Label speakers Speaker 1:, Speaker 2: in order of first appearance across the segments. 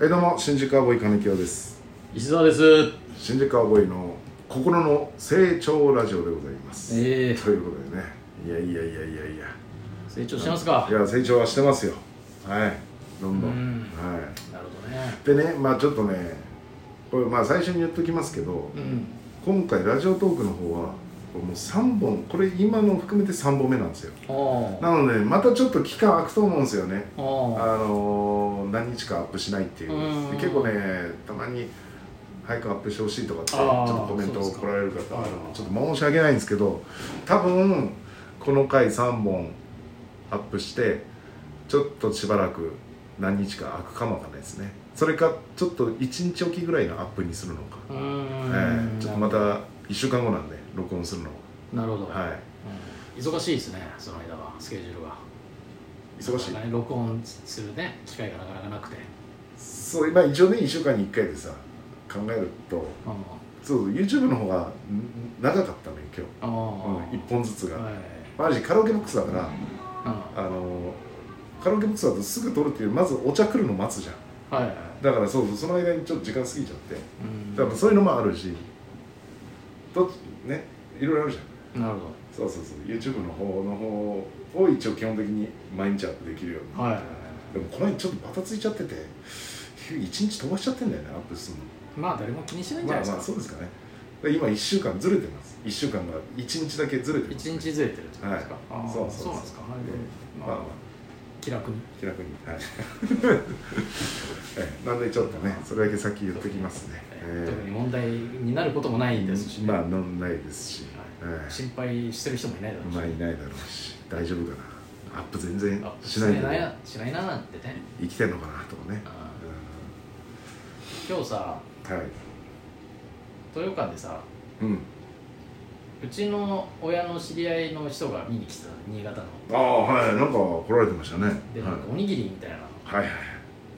Speaker 1: えどうも新宿アボイ金城です
Speaker 2: 石澤です
Speaker 1: 新宿アボイの心の成長ラジオでございます、
Speaker 2: えー
Speaker 1: ということでねいやいやいやいやいや
Speaker 2: 成長してますか
Speaker 1: いや成長はしてますよはいどんどん
Speaker 2: うん
Speaker 1: は
Speaker 2: なるほどね
Speaker 1: いでねまあちょっとねこれまあ最初に言っときますけど
Speaker 2: うん
Speaker 1: 今回ラジオトークの方はこれもう3本これ今の含めて3本目なんですよ
Speaker 2: あ
Speaker 1: なのでまたちょっと期間空くと思うんですよね
Speaker 2: あああ
Speaker 1: あのー何日かアップしないっていう
Speaker 2: うん
Speaker 1: 結構ねたまに早くアップしてほしいとかってち
Speaker 2: あ
Speaker 1: ょ
Speaker 2: ー
Speaker 1: っとコメント
Speaker 2: そう
Speaker 1: を
Speaker 2: ですか
Speaker 1: 来られる方あの
Speaker 2: あー
Speaker 1: ちょっと申し訳ないんですけど多分この回3本アップしてちょっとしばらく何日か空くかもわかんないですねそれかちょっと1日おきぐらいのアップにするのか、
Speaker 2: う
Speaker 1: え
Speaker 2: ー
Speaker 1: ー
Speaker 2: ん
Speaker 1: ちょっとまた1週間後なんで録音するの
Speaker 2: なるほど、
Speaker 1: ははい
Speaker 2: うん忙しいですねその間はスケジュールが
Speaker 1: 忙しい
Speaker 2: なかなかね録音するね機会がなかなかなくて
Speaker 1: そうまあ一応ね1週間に1回でさ考えると
Speaker 2: あ
Speaker 1: そうそう YouTube の方がん長かったね今
Speaker 2: ああ
Speaker 1: 日、うん、1本ずつが、
Speaker 2: はい
Speaker 1: マジカラオケボックスだから、
Speaker 2: あ
Speaker 1: あのーカラオケボックスだとすぐ撮るっていうまずお茶来るの待つじゃん
Speaker 2: あはいはい
Speaker 1: だからそうそうその間にちょっと時間過ぎちゃって
Speaker 2: うん
Speaker 1: 多分そういうのもあるしとねいろいろあるじゃん
Speaker 2: なるほ
Speaker 1: そうそうそう YouTube の方の方を一応基本的に毎日アップできるように
Speaker 2: どはい
Speaker 1: でもこの間ちょっとバタついちゃってて一日飛ばしちゃってんだよねアップするの
Speaker 2: まあ誰も気にしないんじゃ
Speaker 1: ま
Speaker 2: な
Speaker 1: あま
Speaker 2: いですか、
Speaker 1: あそうですかねで今1週間ずれてます1週間が1日だけずれてます
Speaker 2: 一日ずれてるってことですか、
Speaker 1: はい
Speaker 2: ああ
Speaker 1: そうそうそう
Speaker 2: なんですか、はい
Speaker 1: え
Speaker 2: ま
Speaker 1: まあ
Speaker 2: あ
Speaker 1: まあ
Speaker 2: 気楽に
Speaker 1: 気楽にはい ええなんでちょっとねそれだけ先言っときますねえ
Speaker 2: 特に問題になることもない
Speaker 1: え
Speaker 2: ですし、ね
Speaker 1: まあ飲んないですし、ええ
Speaker 2: 心配してる人もいないだろうし、
Speaker 1: まあいないだろうし大丈夫かなアップ全然
Speaker 2: あ
Speaker 1: しないけ
Speaker 2: し
Speaker 1: ど
Speaker 2: ないなしないななんてね
Speaker 1: 生きてんのかなとかね
Speaker 2: あ今日さ
Speaker 1: うんはい
Speaker 2: 豊川でさ
Speaker 1: うん
Speaker 2: うちの親の知り合いの人が見に来てたの新潟の
Speaker 1: ああはいなんか来られてましたね
Speaker 2: で
Speaker 1: はい
Speaker 2: なんかおにぎりみたいなの
Speaker 1: はいはい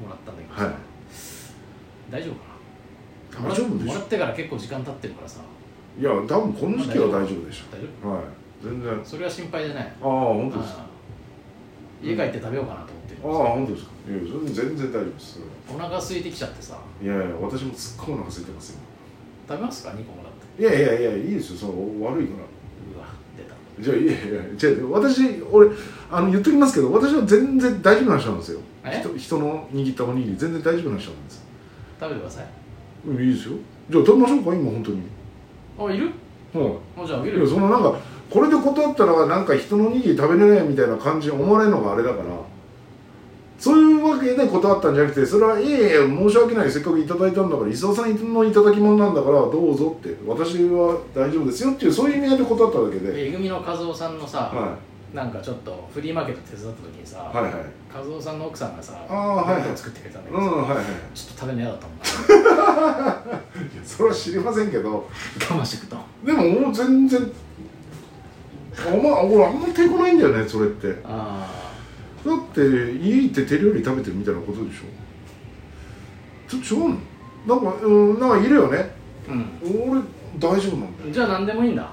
Speaker 2: もらったんだけどさ、
Speaker 1: はい
Speaker 2: 大丈夫かな
Speaker 1: 大丈夫で
Speaker 2: も
Speaker 1: し
Speaker 2: ら
Speaker 1: ょ
Speaker 2: ってから結構時間経ってるからさ
Speaker 1: いや多分この時期は大丈夫でし
Speaker 2: 大丈夫
Speaker 1: ょはい全然
Speaker 2: それは心配でね
Speaker 1: ああ本当ですか
Speaker 2: あー家帰って食べようかなと思ってるん
Speaker 1: ああ本当ですかいや全然大丈夫です
Speaker 2: ですよお腹空いてきちゃってさ
Speaker 1: いやいや私もすっごいお腹空いてますよ
Speaker 2: 食べますか2個もらって
Speaker 1: いやいやいやいいですよその悪いから
Speaker 2: うわ出た
Speaker 1: じゃあいやいやじゃあ私俺あの言っときますけど私は全然大丈夫な人なんですよ
Speaker 2: え
Speaker 1: 人人の握ったおにぎり全然大丈夫な人なんですよ
Speaker 2: 食べてください
Speaker 1: うんいいですよじゃあ食べましょうか今本当に
Speaker 2: あいる
Speaker 1: は
Speaker 2: もうじゃああげ
Speaker 1: い
Speaker 2: る
Speaker 1: いや
Speaker 2: よ
Speaker 1: そのなんかこれで断ったらなんか人のおにぎり食べれないみたいな感じに思われるのがあれだからそういうわけで断ったんじゃなくてそれはいやいや申し訳ないせっかくいただいたんだから伊沢さんのいただき物なんだからどうぞって私は大丈夫ですよっていうそういう意味合いで断っただけで、
Speaker 2: えぐみの和夫さんのさ、
Speaker 1: は
Speaker 2: なんかちょっとフリーマーケット手伝った時にさ、
Speaker 1: い、はいはい
Speaker 2: 和夫さんの奥さんがさ
Speaker 1: あーはいはい
Speaker 2: 弁当作ってくれたんだけ
Speaker 1: う
Speaker 2: どさ、
Speaker 1: んはいはい
Speaker 2: ちょっと食べるの嫌だったもん
Speaker 1: それは知りませんけど
Speaker 2: 我慢してくと
Speaker 1: でももう全然お前俺あんまり抵抗ないんだよねそれってだっ
Speaker 2: あ
Speaker 1: て家行って手料理食べてるみたいなことでしょちょっと違うのなんかうんなんかいるよね
Speaker 2: あうん
Speaker 1: 俺大丈夫なんだよ
Speaker 2: じゃあ何でもいいんだ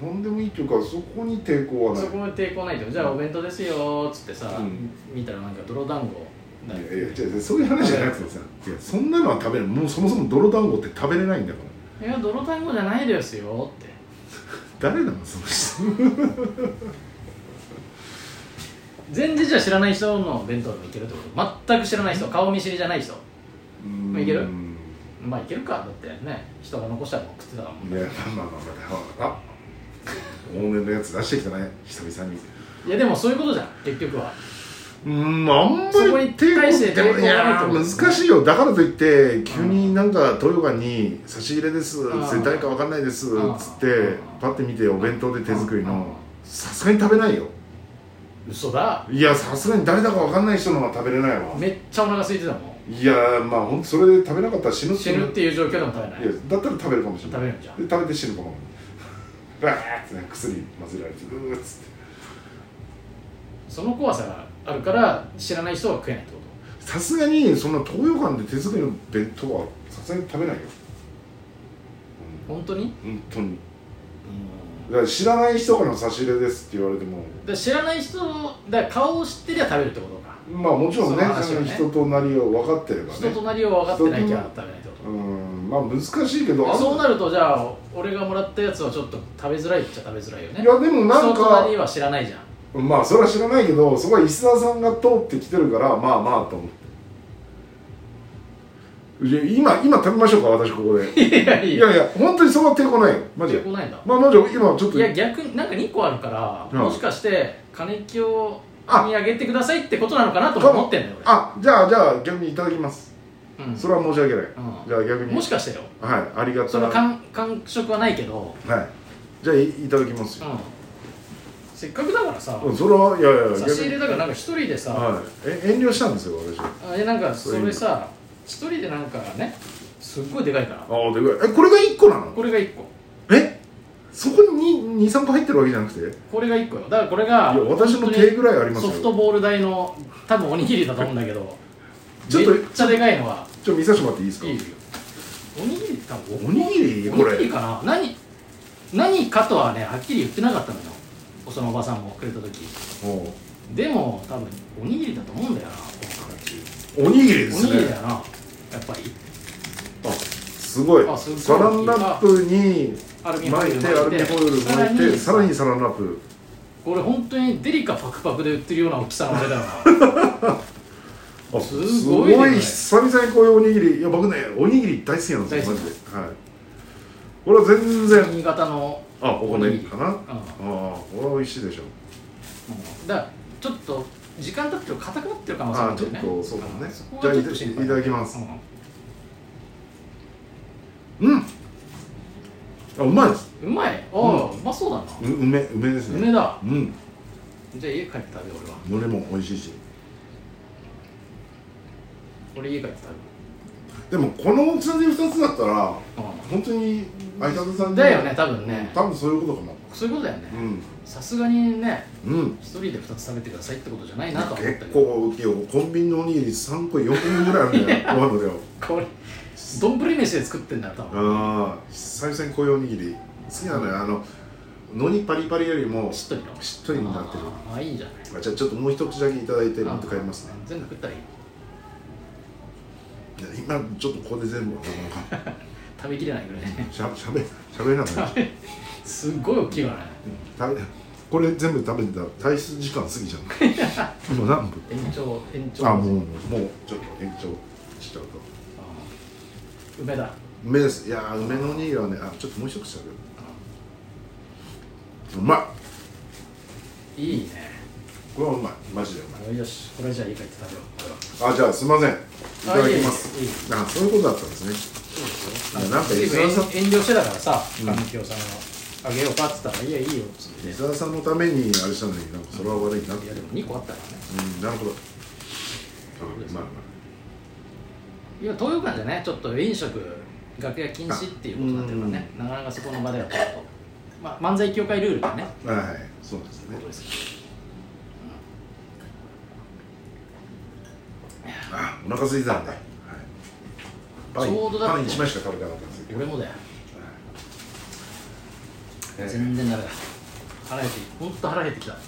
Speaker 1: 何でもいいっていうかそこに抵抗はない
Speaker 2: そこまで抵抗ないでじゃあお弁当ですよーっつってさ、
Speaker 1: うん
Speaker 2: 見たらなんか泥団子だよ
Speaker 1: いやいや違う違うそういう話じゃなくてさいやそんなのは食べれないもうそもそも泥団子って食べれないんだから
Speaker 2: いや泥団子じゃないですよって
Speaker 1: 誰なのその人
Speaker 2: 全然じゃあ知らない人の弁当でもいけるってこと全く知らない人顔見知りじゃない人
Speaker 1: うん
Speaker 2: いけるまあいけるかだってね人が残したのを食ってたからもん
Speaker 1: いやまあまあまあまあ往年のやつ出してきたね久々に
Speaker 2: いやでもそういうことじゃん結局は
Speaker 1: うんあんまり
Speaker 2: そこに対して
Speaker 1: 抵抗ってい
Speaker 2: 抵抗がないっ
Speaker 1: や
Speaker 2: てことですね
Speaker 1: 難しいよだからといって急になんか豊川に「差し入れです」
Speaker 2: ん
Speaker 1: 「誰かわかんないです」
Speaker 2: うん
Speaker 1: つってパッて見てお弁当で手作りのさすがに食べないよ
Speaker 2: 嘘だ
Speaker 1: いやさすがに誰だかわかんない人のは食べれないわ
Speaker 2: めっちゃお腹空いてたもん
Speaker 1: いやまあほんとそれで食べなかったら死ぬ
Speaker 2: 死ぬっていう状況でも食べない
Speaker 1: いやだったら食べるかもしれない
Speaker 2: 食べるんじゃん
Speaker 1: で食べて死ぬかもうわーってね薬混ぜられてうーっつって
Speaker 2: その怖さがあるから知らない人は食えないってこ
Speaker 1: さすがにそんな東洋館で手作りの弁当はさすがに食べないよ、
Speaker 2: と本当に
Speaker 1: うん、本当にだから知らない人からの差し入れですって言われても
Speaker 2: で知らない人だから顔を知ってりゃ食べるってことか
Speaker 1: まあもちろんね
Speaker 2: その話はね
Speaker 1: 人となりを分かってればね
Speaker 2: 人となりを分かってなきゃダメだってこと
Speaker 1: うんまあ難しいけどあん
Speaker 2: そうなるとじゃあ俺がもらったやつはちょっと食べづらいっちゃ食べづらいよね
Speaker 1: いやでもなん
Speaker 2: 人と
Speaker 1: か
Speaker 2: なりは知らないじゃん
Speaker 1: まあそれは知らないけどそこは石澤さんが通ってきてるからまあまあと思っていや今今食べましょうか私ここで
Speaker 2: いやい
Speaker 1: い
Speaker 2: や
Speaker 1: やいや本当にそこは抵抗ないよマジで
Speaker 2: 来ないんだ
Speaker 1: まあマジで今ちょっと
Speaker 2: いや逆になんか2個あるから、
Speaker 1: うん
Speaker 2: もしかして金木を見上げてくださいってことなのかなとも思ってんだよ俺
Speaker 1: あじゃあじゃあ逆にいただきます
Speaker 2: うん
Speaker 1: それは申し訳ない
Speaker 2: うん
Speaker 1: じゃあ逆に
Speaker 2: もしかしてよ
Speaker 1: はいありがた
Speaker 2: その
Speaker 1: はい
Speaker 2: 感感触はないけど、
Speaker 1: じゃあいいただきます
Speaker 2: う
Speaker 1: よ
Speaker 2: ん、せっかくだからさ、
Speaker 1: うんそれはいやいやいや
Speaker 2: 差し入れだからなんか一人でさ、
Speaker 1: はいえ遠慮したんですよ私あ
Speaker 2: あれなんかそれさ一人でなんかねすっごいでかいから
Speaker 1: あでかいえこれが一個なの
Speaker 2: これが1個
Speaker 1: えそこに23個入ってるわけじゃなくてい
Speaker 2: これが1個よだからこれが
Speaker 1: や私の
Speaker 2: 本当に
Speaker 1: 手ぐらいあります
Speaker 2: ソ
Speaker 1: よ
Speaker 2: フトボール台の多分おにぎりだと思うんだけど
Speaker 1: ちょっと
Speaker 2: めっちゃでかいのは
Speaker 1: ちょっと見させてもらっていいですか
Speaker 2: いいよおにぎり多分
Speaker 1: おにぎりこ
Speaker 2: おにぎ
Speaker 1: れ
Speaker 2: りかな何何かとはねはっきり言ってなかったのよそのおばさんもくれた時
Speaker 1: おう
Speaker 2: でも多分おにぎりだと思うんだよなこの形
Speaker 1: おにぎりで
Speaker 2: お
Speaker 1: す
Speaker 2: にぎりだ
Speaker 1: ね
Speaker 2: よなやっぱり
Speaker 1: あすごい
Speaker 2: あすごい
Speaker 1: サランラップに
Speaker 2: アルミホイル
Speaker 1: 巻いてアルミホイル巻いてさらにサランラップ
Speaker 2: これ本当にデリカパクパクで売ってるような大きさのあれだよな
Speaker 1: あ
Speaker 2: す
Speaker 1: す
Speaker 2: ご
Speaker 1: ごい
Speaker 2: いねこれ
Speaker 1: 久々にこういうおにぎりいや僕ねおにぎり大好きなんですよマ
Speaker 2: 大好き
Speaker 1: ジではいこれは全然
Speaker 2: 新潟の
Speaker 1: あお
Speaker 2: お
Speaker 1: 米
Speaker 2: にぎり
Speaker 1: かなあ
Speaker 2: うんも
Speaker 1: あこれは美味しいでしょ
Speaker 2: うだからちょっと時間経ってると硬くなってる可能性もあ
Speaker 1: あ
Speaker 2: るん
Speaker 1: ちょっ
Speaker 2: だよね
Speaker 1: とそうだね
Speaker 2: そこ
Speaker 1: じゃ
Speaker 2: は
Speaker 1: あ
Speaker 2: ちょ
Speaker 1: い
Speaker 2: っと心配
Speaker 1: ただきます
Speaker 2: うん
Speaker 1: うんあうまいです
Speaker 2: うまいああ、うまそうだな
Speaker 1: う梅梅ですね
Speaker 2: 梅だ
Speaker 1: うん
Speaker 2: じゃあ家帰って食べよう俺は
Speaker 1: のれも美味しいし
Speaker 2: 俺家帰って食
Speaker 1: でもこの大きさで2つだったら
Speaker 2: べよ
Speaker 1: 本当に相方さ
Speaker 2: うんん
Speaker 1: で
Speaker 2: だよね多分ね
Speaker 1: 多分そういうことかも
Speaker 2: そういうことだよね
Speaker 1: うん
Speaker 2: さすがにね
Speaker 1: うん
Speaker 2: 一人で二つ食べてくださいってことじゃないなとは思った
Speaker 1: 結
Speaker 2: けど
Speaker 1: 構大きいよコンビニのおにぎり3個4個ぐらいあるん だよご飯の量
Speaker 2: これ丼飯で作ってんだよ多分
Speaker 1: ああ久々にこういうおにぎり好きなのよあののにパリパリよりも
Speaker 2: しっとりの
Speaker 1: しっとりになってる
Speaker 2: ああいいんじゃな
Speaker 1: あ
Speaker 2: い
Speaker 1: じゃあちょっともう一口だけいただいて持って帰りますね
Speaker 2: 全部食ったらいい
Speaker 1: いや今ちょっとここで全部なかなか
Speaker 2: 食べきれないぐらい ね
Speaker 1: しゃしゃべしゃべれなくなっちゃう
Speaker 2: すっごい大きいからね
Speaker 1: 食べこれ全部食べてたら体質時間過ぎちゃう今何分
Speaker 2: 延長延長
Speaker 1: あもうもうちょっと延長しちゃうと
Speaker 2: あー梅だ
Speaker 1: 梅ですいやー梅のおにぎりはねあちょっともう一口食べよううまい
Speaker 2: いいね
Speaker 1: これはうまいマジでうま
Speaker 2: よしこれじゃあ家帰って食べようこれはい
Speaker 1: あじゃあすいませんいただきます
Speaker 2: あいいいい
Speaker 1: あそういうことだったんですね
Speaker 2: あ
Speaker 1: なんか
Speaker 2: ずいぶん遠
Speaker 1: 石田さ
Speaker 2: 遠慮してたからさ
Speaker 1: うん
Speaker 2: 神木さんがあげようかっつったら「いやいいよ」っつって
Speaker 1: 伊沢さんのためにあれしたのになんかそれは悪いなって
Speaker 2: いやでも2個あったからね
Speaker 1: うんなるほどあうまいうまい
Speaker 2: 今東洋館じゃねちょっと飲食楽屋禁止っていうことになってるからねなかなかそこの場ではちょっと、まあ、漫才協会ルールがね
Speaker 1: はいはいそうですね
Speaker 2: ことですけど
Speaker 1: あお腹空いてたんで、はい、パン
Speaker 2: ちょうどだっ
Speaker 1: パ
Speaker 2: て
Speaker 1: ン1枚しか食べてなかったんですけど
Speaker 2: 俺もだよ
Speaker 1: えー
Speaker 2: 全然ダメだ腹減ってほんと腹減ってきた、うん、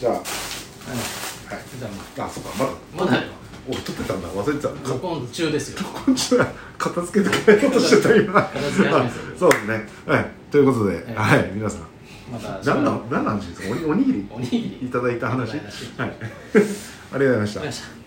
Speaker 1: じゃあはい
Speaker 2: じゃあま
Speaker 1: あそうかまだ
Speaker 2: あまだよ
Speaker 1: お取ってたんだ忘れてた
Speaker 2: 録音中ですよ
Speaker 1: こんちは片付けてくれようとしてた今
Speaker 2: 片付け始めて る
Speaker 1: そうですねはいということで、
Speaker 2: は
Speaker 1: はいい、皆さん
Speaker 2: また
Speaker 1: 何の何の話ですかおにおにぎり
Speaker 2: おにぎり
Speaker 1: いただいた話は
Speaker 2: おに
Speaker 1: い
Speaker 2: ぎり
Speaker 1: ありがとうございまし
Speaker 2: お
Speaker 1: た
Speaker 2: 願いします